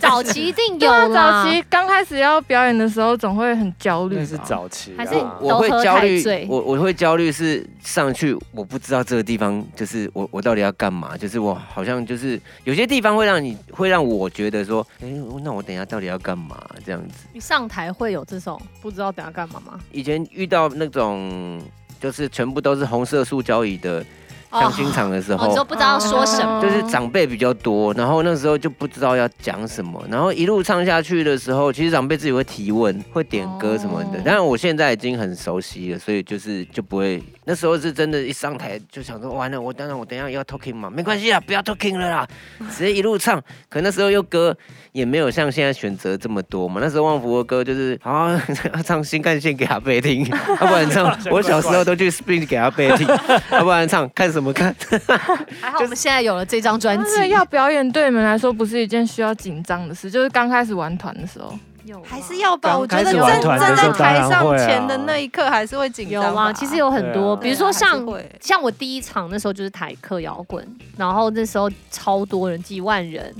C: 早期一定
D: <laughs> 对啊
C: 有啦，
D: 早期刚开始要表演的时候，总会很焦虑吧。
F: 那是早期啊。
C: 还是
A: 我
C: 都
A: 会
C: 喝
A: 焦
C: 太
A: 虑
C: 醉，
A: 我我会焦虑是上去我不知道这个地方就是我我到底要干嘛，就是我好像就是有些地方会让你会让我觉得说，哎、那我等一下到底要干嘛这样子。
C: 你上台会有这种不知道等下干嘛吗？
A: 以前遇到那种就是全部都是红色塑胶椅的相亲场的时
C: 哦，
A: 候
C: 你。都不知道说什么，
A: 就是长辈比较多，然后那时候就不知道要讲什么，然后一路唱下去的时候，其实长辈自己会提问、会点歌什么的
D: 哦。
A: 当然我现在已经很熟悉了，所以就是就不会。那时候是真的，一上台就想说完了，我当然我等一下要 talking 嘛，没关系啊啦，不要 talking 了啦，直接一路唱。可那时候又歌也没有像现在选择这么多嘛，那时候旺福的歌就是好、啊、唱新干线给阿贝听，要、不然唱我小时候都去 spring 给阿贝听，要、不然唱看什么看。
C: 还好我们现在有了这张专
D: 但
C: 辑
D: 是，啊要表演对你们来说不是一件需要紧张的事， <laughs> 就是刚开始玩团的时候，
C: 有啊啦
B: 还是要吧？
F: 刚
B: 我觉得
F: 开始
B: 站
F: 玩团
B: 站
F: 的时
B: 在
F: 候
B: 台
F: 当然
B: 上
F: 会啊
B: 前的那一刻还是会紧
C: 有
B: 张吧。
C: 啊，其实有很多，
F: 对啊
C: 比如说
B: 还
C: 像
B: 是会
C: 像我第一场那时候就是台客摇滚，然后那时候超多人，几万人。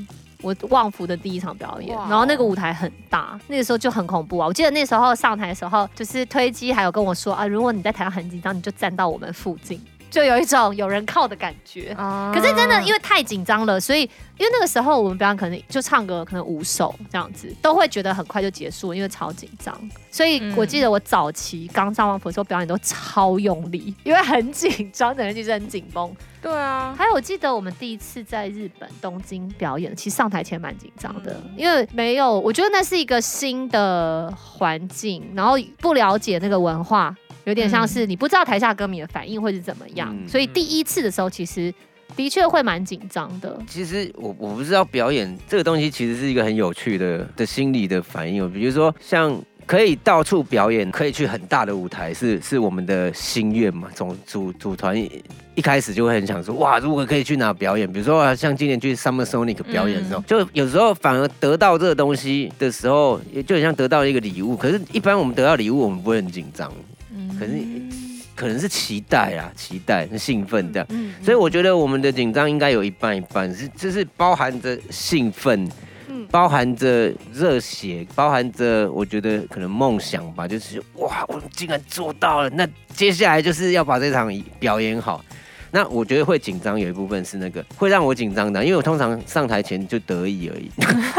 C: 我旺福的第一场表演
D: 哇，哦
C: 然后那个舞台很大，那个时候就很恐怖啊！我记得那时候上台的时候，就是推机还有跟我说啊，如果你在台上很紧张，你就站到我们附近，就有一种有人靠的感觉。
D: 啊
C: 可是真的，因
D: 为
C: 为太紧张了，所以因为那个时候我们表演可能就唱个可能五首这样子，都会觉得很快就结束，因为超紧张。所以我记得我早期刚上完佛的时候表演都超用力，因为很紧张，整个人就是很紧绷。
D: 对啊，
C: 还有我记得我们第一次在日本东京表演，其实上台前蛮紧张的，因为没有，我觉得那是一个新的环境，然后不了解那个文化，有点像是你不知道台下歌迷的反应会是怎么样，
A: 嗯
C: 所以第一次的时候其实的确会蛮紧张的。
A: 其实我我不知道表演这个东西其实是一个很有趣的的心理的反应哦，比如说像。可以到处表演，可以去很大的舞台，是是我们的心愿嘛？总组组团一一开始就会很想说，哇，如果可以去哪表演，比如说啊像今年去 Summer Sonic
C: 嗯
A: 表演的时候，就有时候反而得到这个东西的时候，也就很像得到一个礼物。可是，一般我们得到礼物，我们不会很紧张，
C: 嗯
A: 可是可能是期待啊，期待、兴奋这样。
C: 嗯，
A: 所以我觉得我们的紧张应该有一半一半，是就是包含着兴奋，
C: 嗯
A: 包含着热血，包含着我觉得可能梦想吧，就是哇，我竟然做到了，那接下来就是要把这场表演好。那我觉得会紧张有一部分是那个会让我紧张的，因为我通常上台前就得意而已， <laughs>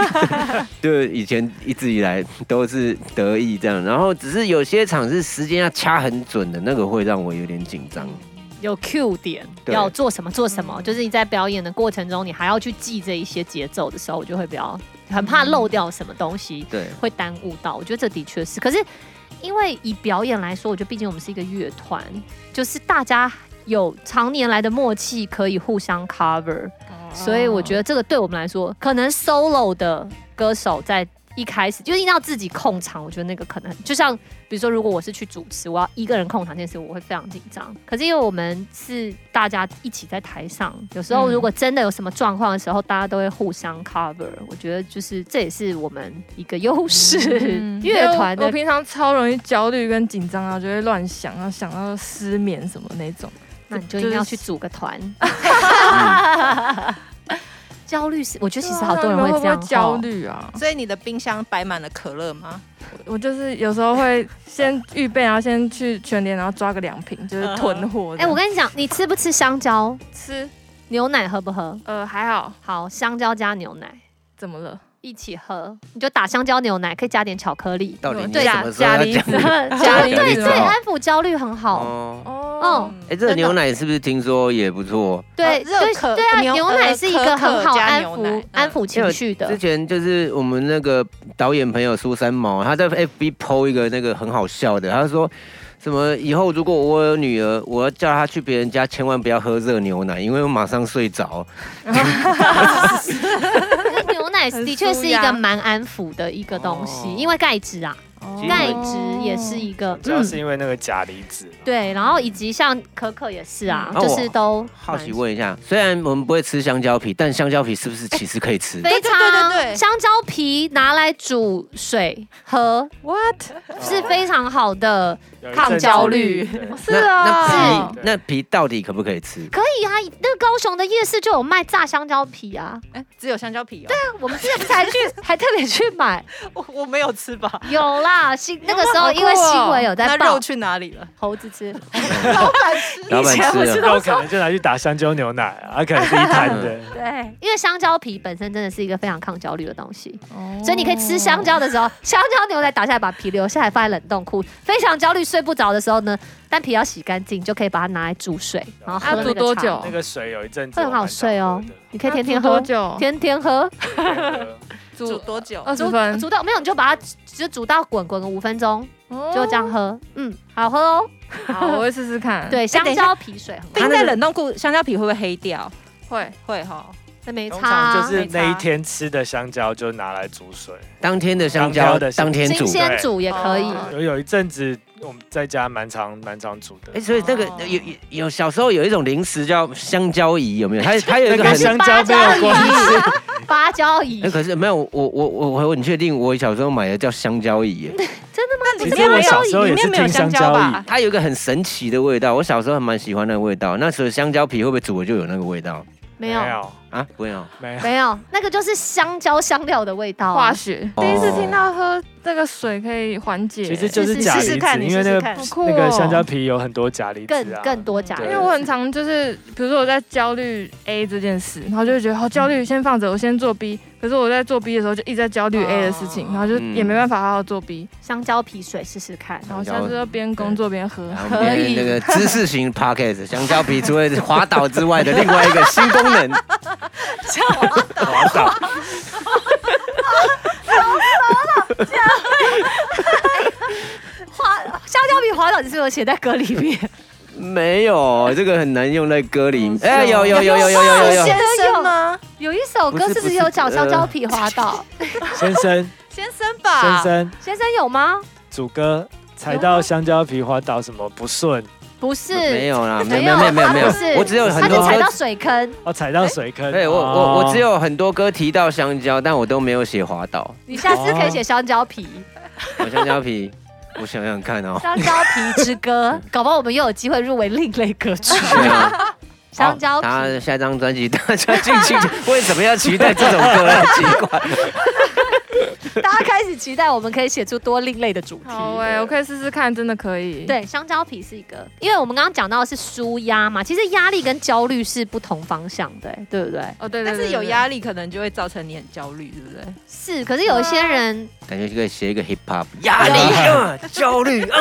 A: 对，以前一直以来都是得意这样，然后只是有些场是时间要掐很准的，那个会让我有点紧张。
C: 有 Q 点，
A: 对
C: 要做什么做什么，就是你在表演的过程中，你还要去记这一些节奏的时候，我就会比较很怕漏掉什么东西。
A: 对，
C: 会耽误到。我觉得这的确是，可是因为以表演来说，我觉得毕竟我们是一个乐团，就是大家有常年来的默契，可以互相 cover，、所以我觉得这个对
D: 哦
C: 我们来说，可能 solo 的歌手在。一开始就是一定要自己控场，我觉得那个可能就像，比如说，如果我是去主持，我要一个人控场这件事，我会非常紧张。可是因为我们是大家一起在台上，有时候
D: 嗯
C: 如果真的有什么状况的时候，大家都会互相 cover。我觉得就是这也是我们一个优势，
D: 嗯
C: 乐团
D: 因为我
C: 的
D: 我啊平常超容易焦虑跟紧张啊，就会乱想，然后想到失眠什么那种。
C: 那你就应该要去组个
D: <laughs>
C: 团。焦虑是，我觉得其实好多人
D: 对啊
C: 会
D: 你们会
C: 这样
D: 不会焦
C: 哦。
D: 虑啊？
B: 所以你的冰箱摆满了可乐吗？
D: 我就是有时候会先预备，然后先去全联，然后抓个两瓶，就是囤货这
C: 哎，
D: 样。
C: 我跟你讲，你吃不吃香蕉？
D: 吃，
C: 牛奶喝不喝？
D: 呃，还好，
C: 好，香蕉加牛奶
D: 怎
C: <laughs>
D: 么了？
C: 一起喝，你就打香蕉牛奶，可以加点巧克力。
A: 到底你
D: 对
A: 什
D: 啊
A: 么时候要
D: 家里
A: 讲这个？ <laughs>
D: 家里
C: 对
A: 有
C: 对，
A: 点
C: 安抚焦虑很好。
A: 哦，
D: 哦，
A: 哎，这个
C: 真的
A: 牛奶是不是听说也不错？
C: 对
B: 热
C: 对
B: 可
C: 对啊，
B: 牛
C: 牛奶是一个很好
B: 可可加
C: 安
B: 牛奶
C: 抚
B: 嗯
C: 安抚
A: 呃
C: 情绪的
A: 之。前就是我们那个导演朋友苏三毛，他在 FB 剖一个那个很好笑的，他说什么以后如果我有女儿，我要叫她去别人家千万不要喝热牛奶，因为我马上睡着。
C: 因为牛奶
D: 很
C: 的确
D: 舒
C: 是一个
D: 压
C: 蛮安抚的一个东西，
A: 哦
C: 因为钙质啊，
D: 哦
A: 因为
C: 钙质也是一个，
F: 主要是
C: 嗯，
F: 因为那个钾离子。
C: 对，然后以及像可可也是啊，
A: 嗯
C: 就是都
A: 好奇
C: 蛮
A: 问一下，虽然我们不会吃香蕉皮，但香蕉皮是不是其实可以吃？
C: 非常
B: 对对对对
C: 香蕉皮拿来煮水喝
D: What？
C: 是非常好的，
F: 有一
C: 抗
F: 阵子
C: 焦虑 <laughs>
F: 对
D: 是
A: 那那
D: 啊
A: 皮
F: 对
A: 那皮到底可不可以吃？
C: 可以啊，那个高雄的夜市就有卖炸香蕉皮啊，
B: 哎，只有香蕉皮哦。对，
C: 我们之前 <laughs> 才去还特别去买，
B: 我我没有吃吧？
C: 有啊啦，新那个时候
D: 好
C: 因为
D: 酷哦
C: 新闻有在
B: 那
C: 报
B: 肉去哪里了？
C: 猴子吃，
B: 老板吃
A: 老板
B: 以前
A: 吃
B: 我
A: 了
C: 啊
B: 知道
F: 肉可能就拿去打香蕉牛奶啊，啊可能是一摊的。
C: <laughs> 对，因为香蕉皮本身真的是一个非常抗焦虑的东西。
D: 哦
C: 所以你可以吃香蕉的时 <laughs> 候，香蕉牛奶打下来，把皮留下来放在冷冻库。非常焦虑、睡不着的时候呢，但皮要洗干净，就可以把它拿来煮水，然后喝
D: 啊
C: 那个
D: 煮多
C: 茶
D: 久
F: 那个水有一阵子
C: 会很好
F: 我蛮常
C: 睡哦
F: 喝的。
C: 你可以天天
D: 那
C: 喝
D: 煮，多久？
C: 天天喝， <laughs>
B: 煮
D: 煮
B: 多久？
D: 二十
C: 煮
D: 分，
C: 煮到没有你就把它只煮到滚，滚个五分钟，
B: 哦
C: 就
D: 就
C: 这。样喝。嗯，好喝哦。
D: 好，我会试试看。，
C: 对，香
B: 嗯哎等一下
C: 蕉皮水很好，
B: 冰在冷冻库，香蕉皮会不会黑掉？
D: 会。
B: 会哈。
C: 那没
F: 通
C: 差
F: 常
C: 啊。
F: 就是那一天吃的香蕉就拿来煮水。
A: 当天的香
F: 当
A: 蕉
F: 天的香
A: 当天煮
C: 新。鲜煮也可以。
B: 哦
F: 有有一阵子我们在家蛮常蛮常煮的
A: 哎，。所以那个
B: 哦
A: 有有有小时候有一种零食叫香蕉姨，有没有？它它有一个
F: 跟
A: 很
F: <laughs> 香蕉没有关系，
C: 芭蕉椅
A: 哎、可是没有，我我我我很确定，我小时候买的叫香蕉椅耶， <laughs>
B: 那
F: 其实我小时候也是听香蕉椅，
A: 它有一个很神奇的味道，我小时候还蛮喜欢那个味道。那时候香蕉皮会不会煮了就有那个味道
C: 没有
F: 没有
A: 啊？不会哦。
F: 没有
C: 没有，那个就是香蕉香料的味道啊
D: 化。学。
A: 哦
D: 第一次听到喝这个水可以缓解，
F: 其实就是
C: 试试
F: 钾离
B: 试试
F: 子
B: 看，你
F: 因为
B: 试
F: 那
B: 试
F: 个
B: 看
D: 好酷哦
F: 那个香蕉皮有很多钾离
C: 更
F: 子啊，
C: 更多加
F: 对
D: 因为我很常就是，比如说我在焦虑 A 这件事，然后就会觉得好焦虑，先放着，我先做 B。可是我在做 B 的时候就一直在焦虑 A 的事情，
B: 哦
D: 然后就也没办法好好做 B，
C: 香蕉皮水试试看。
B: 哦
D: 然后下次就边工作边喝。
A: 然后变成那个知识型 podcast，香 <laughs> 蕉皮除了滑倒之外的另外一个新功 <laughs> 能，
F: 滑倒。
C: 滑香蕉皮滑倒，你是不是有写在歌里面？
A: 没有这个很难用在歌里。
D: 是哦
A: 哎、有有有有有有有
B: 先
A: 有，
B: 生啊吗？
C: 有一首
A: 不是
C: 歌是
A: 不
C: 不是
A: 是
C: 有讲香蕉皮滑倒？
F: 先
C: <laughs>
F: 生
B: 先生
F: 先
C: 啊
B: 吧。
F: 生，
C: 先生有吗？
F: 祖哥踩到香蕉皮滑倒什么不顺？
C: 不是，
A: 没有啦，没
C: 没
A: 有
C: 有，
A: 没有没有没有
C: 他不是，
A: 我只有很
C: 他就
A: 多
C: 踩
A: 歌
C: 到，水坑。
F: 哦，踩
C: 哎
F: 到水坑。
A: 哎对我
F: 哦
A: 我我只有很多歌提到香蕉，但我都没有写滑倒。
C: 你下次可以写香蕉皮，
A: 我香蕉皮，我想想看 <laughs> 哦。
C: 香蕉皮之歌，搞不好我们又有机会入围另类歌曲。
A: 对啊
C: 香蕉皮，
A: 他下张专辑大家敬请期待，为什么要期待这种歌啊？奇怪，
C: 大家开始期待我们可以写出多另类的主题。
D: 好哎、我可以试试看，真的可以。，
C: 对，香蕉皮是一个，因为我们刚刚讲到的是舒压嘛，其实压力跟焦虑是不同方向的、欸对不对？
D: 哦对对对
B: 但是有
D: 对
B: 压力，可能就会造成你很焦虑，对不对？
C: 是，可是有一些人
A: 感觉就可以写一个 hip hop，压力啊，焦虑啊，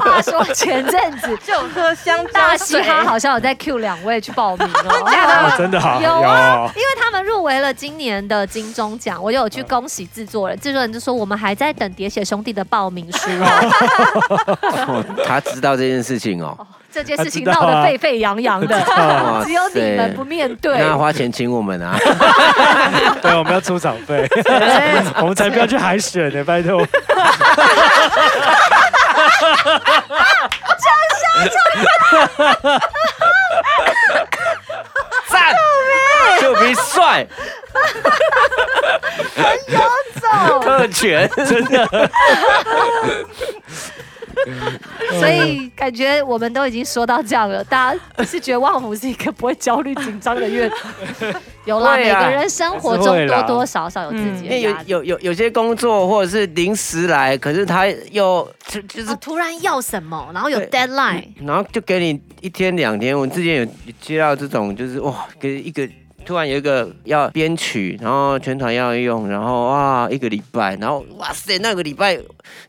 C: 话说前阵子
B: 就喝香
C: 大
B: 蕉 <laughs>
C: 嘻
B: 水，
C: 哈好像有在 Q 两位去报名哦。
F: <laughs> 哦真的好
C: 有啊
F: 有
C: 因为他们入围了今年的金钟奖，我有去恭喜制作人，制作人就说我们还在等喋血兄弟的报名书哦。
A: <laughs> 他知道这件事情
C: <laughs>
A: 哦。
C: 这件事情
F: 他知道
C: 闹
F: 啊
C: 得沸沸扬扬的
A: 哇，
C: 哦只有你们不面对。
A: 哦那花钱请我们
C: <laughs>
A: 啊，
F: 对，我们要出场费，我们才不要去海选呢，拜托。
A: 赞， <laughs> 就比帅， <laughs>
C: <laughs>
A: 特权，
C: 所以感觉我们都已经说到这样 <laughs> 了，大家是觉得旺福是一个不会焦虑紧张的乐团？有啦，
A: 会
C: 每
A: 啊嗯
C: 个人生活
F: 还是
C: 中
F: 会
C: 多
F: 啦
C: 多少少有自己
A: 因
C: 的
A: 为哎有
C: 压力。
A: 有有有些工作或者是临时来，可是他又就就是
C: 哦，突然要什么，然后有
A: 对
C: deadline，
A: 然后就给你一天两天。我之前有接到这种，就是哇，给一个突然有一个要编曲，然后全团要用，然后哇一个礼拜，然后哇塞那个礼拜，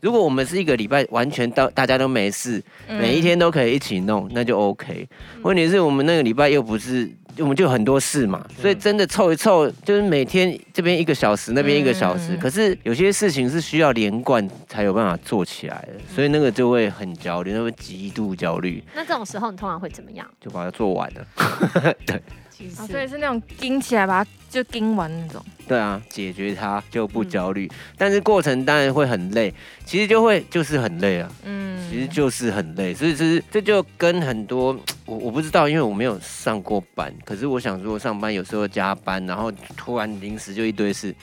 A: 如果我们是一个礼拜完全到大家都没事，每一天都可以一起弄，那就 OK。问题是我们那个礼拜又不是。我们就有很多事嘛，所以真的凑一凑，就是每天这边一个小时，那边一个小时。
D: 嗯
A: 可是有些事情是需要连贯才有办法做起来的，所以那个就会很焦虑，那会极度焦虑。
C: 那这种时候你通常会怎么样？
A: 就把它做完了。
C: 其
D: 啊，所以是那种盯起来把它就盯完那种。
A: 对啊，解决它就
C: 嗯
A: 不焦虑，但是过程当然会很累，其实就会就是很累啊，
D: 嗯，
A: 其实就是很累，所以这是这就跟很多我我不知道，因为我没有上过班，可是我想说上班有时候加班，然后突然临时就一堆事。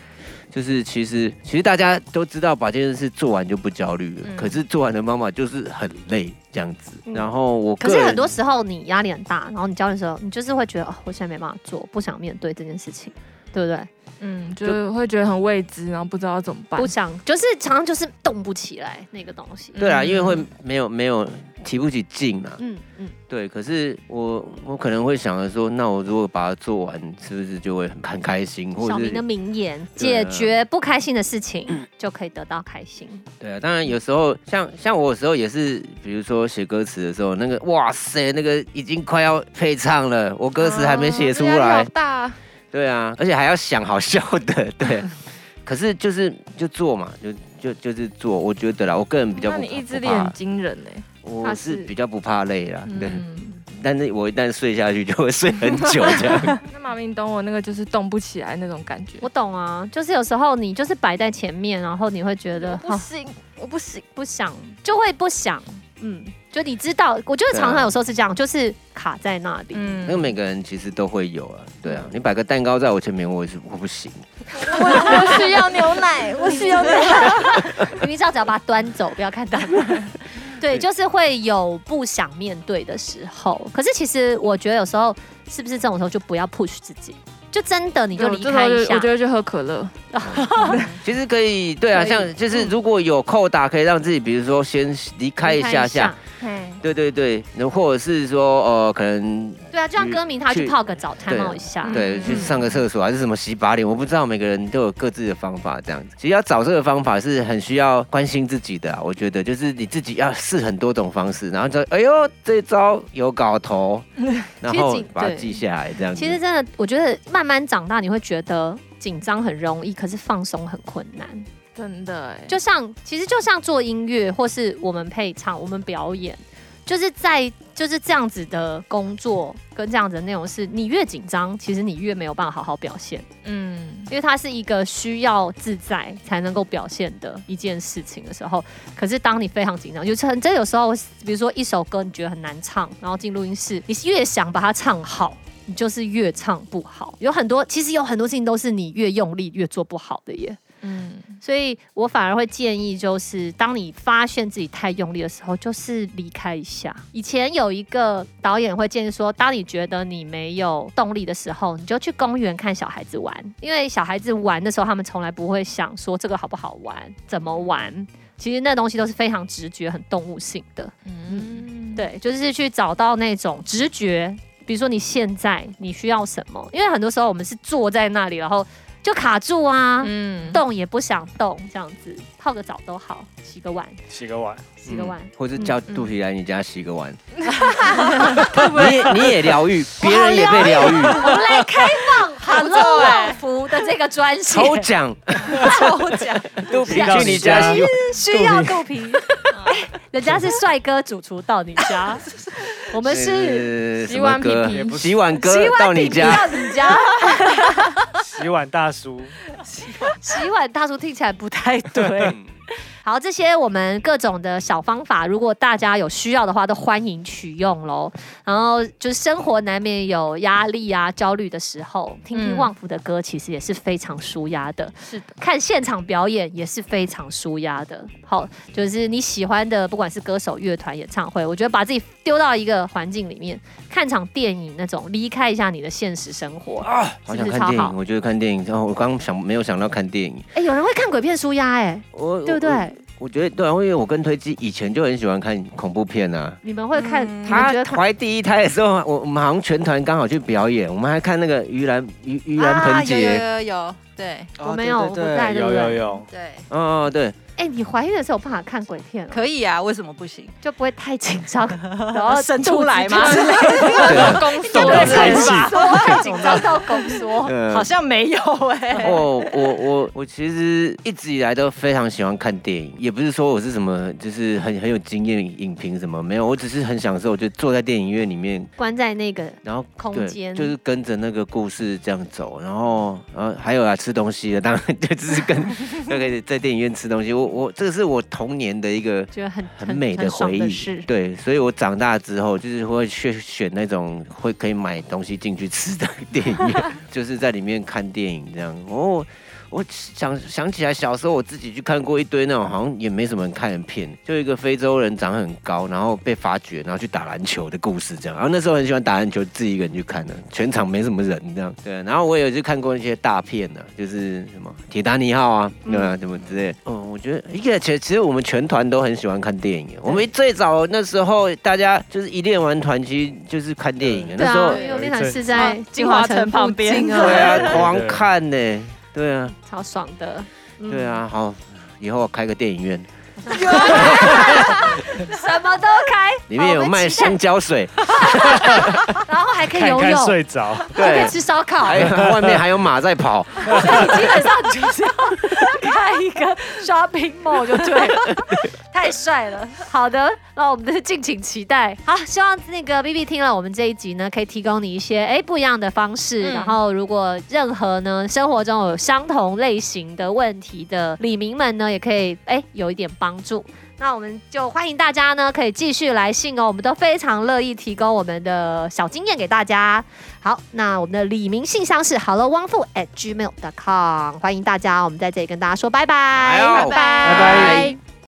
A: 就是其实其实大家都知道，把这件事做完就不焦虑了。
D: 嗯
A: 可是做完的方法就是很累这样子。
C: 嗯
A: 然后我
C: 可
A: 个
C: 是
A: 人
C: 很多时候你压力很大，然后你焦虑的时候，你就是会觉得哦，我现在没办法做，不想面对这件事情，对不对？
D: 嗯，就是会觉得很未知，然后不知道怎么办
C: 不。想，就是常常就是动不起来那个东西。
A: 对啊，因为会
D: 嗯
A: 没有没有提不起劲啊。
C: 嗯嗯，
A: 对，可是我我可能会想着说，那我如果把它做完，是不是就会很很开心，或
C: 小
A: 者
C: 明的
A: 是
C: 名言：
A: 对啊
C: 解决不开心的事
D: 嗯
C: 情，就可以得到开心。
A: 对啊？当然有时候像像我有时候也是，比如说写歌词的时候，那个哇塞，那个已经快要配唱了，我歌词还没写出
D: 啊压
A: 来
D: 力好，大啊。
A: 对啊，而且还要想好笑的，
D: <laughs>
A: 对。可是就是就做嘛，就就就是做，我觉得啦，我个人比较
D: 那
A: 不
D: 你
A: 怕
D: 意志
A: 不
D: 力
A: 怕
D: 很惊人哎。
A: 我
D: 怕
A: 是
D: 事
A: 比较不怕累啦，对。
D: 嗯，
A: <laughs> 但是我一旦睡下去，就会睡很久这样。
D: 那马明懂我那个就是动不起来那种感觉。
C: 我懂啊，就是有时候你就是摆在前面，然后你会觉得
D: 不
C: 哦
D: 行，我不行。
C: 不想，就会不想，嗯，就你知道，我觉得
A: 对啊
C: 常常有时候是这样，就是卡在那里。
D: 嗯
A: 那每个人其实都会有啊，对啊，你摆个蛋糕在我前面，我也是我不行。
D: 我 <laughs> 我需要牛
C: <laughs>
D: 奶，我需要奶。
C: 明明知道只要把它端走，不要
D: <laughs>
C: 看到。对，就是会有不想面对的时候。可是其实我觉得有时候是不是这种时候就不要 push 自己，就真的你就
D: 我
C: 离
D: 这时候
C: 开一
D: 就
C: 下
D: 我。就会去喝可乐。
A: 其实可以，对啊，
C: 可以
A: 像就是如果有扣打，可以让自己，比如说先离开一下下，，对对对，然后或者是说呃，可能
C: 对啊，就像歌迷他去
A: 去
C: 泡个澡，探
A: 对
C: 冒一下。
A: 对
D: 嗯
A: 去上个厕所还是什么洗把脸，我不知道每个人都有各自的方法这样子。其实要找这个方法是很需要关心自己的、啊，我觉得就是你自己要试很多种方式，然后就哎呦这招有搞头，然后
C: 其实
A: 把它
C: 对
A: 记下来这样子。
C: 其实真的，我觉得慢慢长大，你会觉得紧张很容易，可是放松很困难。
D: 真的哎，
C: 就像其实就像做音乐，或是我们配唱、我们表演，就是在就是这样子的工作跟这样子的内容是，你越紧张，其实你越没有办法好好表现，
D: 嗯，
C: 因为它是一个需要自在才能够表现的一件事情的时候。可是当你非常紧张，就是很真的有时候，比如说一首歌你觉得很难唱，然后进录音室，你越想把它唱好。你就是越唱不好，有很多其实有很多事情都是你越用力越做不好的耶。
D: 嗯，
C: 所以我反而会建议，就是当你发现自己太用力的时候，就是离开一下。以前有一个导演会建议说，当你觉得你没有动力的时候，你就去公园看小孩子玩，因为小孩子玩的时候，他们从来不会想说这个好不好玩，怎么玩。其实那东西都是非常直觉、很动物性的，
D: 嗯，
C: 对，就是去找到那种直觉，比如说你现在你需要什么，因为很多时候我们是坐在那里，然后就卡住啊，
D: 嗯，
C: 动也不想动，这样子泡个澡都好，洗个碗，
F: 洗个碗，
C: 洗个碗。 <laughs> 嗯
A: 嗯或是叫肚皮来你家洗个碗， <laughs> 你也你也疗
C: <laughs>
A: 愈，别人也被疗愈，
C: 我们来开放 Hello 旺福的这个专辑，
A: 抽
C: <laughs>
A: 奖
C: 抽奖，
A: 肚皮去你
F: 洗
A: 家洗
F: 到你
A: 碗，
C: <laughs> 需要肚皮。哎人家是帅哥主厨到你家，我们是
A: 是
D: 洗碗
A: 什么歌
D: 屁屁
A: 洗碗
C: 洗
A: 哥
C: 碗
A: 到你
C: 饼皮
A: 家，
C: 到你家，
F: 洗碗大叔，
C: 洗碗大叔听起来不太对。好，这些我们各种的小方法，如果大家有需要的话，都欢迎取用喽。然后就是生活难免有压力啊、焦虑的时候，听听
B: 嗯
C: 旺福的歌，其实也是非常舒压的。
B: 是的，
C: 看现场表演也是非常舒压的。好，就是你喜欢的，不管是歌手、乐团、演唱会，我觉得把自己丢到一个环境里面，看场电影那种，离开一下你的现实生活。
A: 啊， <laughs> 好想
C: 是不是
A: 看电
C: 超好
A: 影，我觉得看电影，然哦后我刚想没有想到看电影，
C: 哎、有人会看鬼片舒压，哎，
A: 我呃我
C: 对不？对？
A: 我觉得对啊，因为我跟推机以前就很喜欢看恐怖片啊。
C: 你们会看？
B: 嗯
C: 你们
A: 她
C: 觉得看？
A: 怀第一胎的时候，我我们好像全团刚好去表演，我们还看那个盂兰盂盂兰盆节，
B: 啊有有有有，对
C: 我没有
A: 哦对对
C: 我不带
A: 对
C: 哎
F: 有有有，
B: 对，
A: 哦
C: <laughs>
A: 对，
C: 哎、你怀孕的时候有办法看鬼片、哦，
B: 可以啊，为什么不行？
C: 就不会太紧张，然后
B: 生出来吗？
A: 对
D: 公
C: 肚
D: 手
C: 子
F: 的
C: 太
F: 手开
C: 紧
F: 启
C: 缩，太紧张到宫缩。
A: 嗯
B: 好像没有哎、
A: <laughs> 哦，我我我其实一直以来都非常喜欢看电影，也不是说我是什么，就是很很有经验影评什么没有，我只是很享受，就坐在电影院里面，
C: 关在那个
A: 然后
C: 空
A: 对
C: 间
A: 就是跟着那个故事这样走，然后然后还有啊吃东西的，当然就只是
C: <laughs>
A: 跟那个在电影院吃东西，我我这个是我童年的一个。
C: 觉得呃很
A: 很美的
C: 爽
A: 回
C: 的
A: 忆
C: 事，。
A: 对，所以我长大之后就是会去选那种会可以买东西进去吃的 <laughs> 电影院，就是在里面看电影这样。哦，我想想起来小时候我自己去看过一堆那种好像也没什么人看的片，就一个非洲人长很高，然后被发掘，然后去打篮球的故事这样。然后那时候很喜欢打篮球，自己一个人去看的，全场没什么人这样。对，然后我也去看过一些大片的、就是什么《铁达尼号》啊，对吧、什么之类的。嗯，我觉得一个其实其实我们全团都很喜欢看电影。我们最早那时候大家就是一练完团，其实就是看电影。
C: 对
A: 那时候
C: 啊，因为练团是在
B: 啊
C: 金华城旁边
B: 金华
A: 嗯
B: 城
A: 对
B: 旁边
A: 啊，狂看呢、对啊。
C: 超爽的。嗯
A: 对，啊，好，以后开个电影院，
C: 什么都开，
A: 里面有卖香蕉水，
C: 然后还可以
F: 看
C: 游
F: 看
C: 泳，
F: 睡着，
C: 还可 <laughs>
A: 对
C: 以，吃烧烤
A: 还，有外面还有马在跑，
C: 基本上就是要开一个 shopping mall 就对了， <laughs> 太帅了。好的，那我们就敬请期待。好，希望那个 B B 听了我们这一集呢，可以提供你一些哎不一样的方式。
B: 嗯
C: 然后，如果任何呢生活中有相同类型的问题的李明们呢，也可以哎有一点帮助。那我们就欢迎大家呢，可以继续来信哦，我们都非常乐意提供我们的小经验给大家。好，那我们的李明信箱是 hello 汪富 at gmail.com，欢迎大家，我们在这里跟大家说拜拜，
A: 哎呦
B: 拜拜
F: 拜